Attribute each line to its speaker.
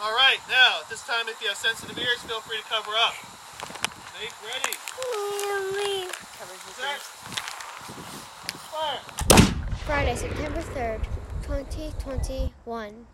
Speaker 1: All right, now, at this time, if you have sensitive ears, feel free to cover up. Make ready. Set. Fire.
Speaker 2: Friday, September 3rd, 2021.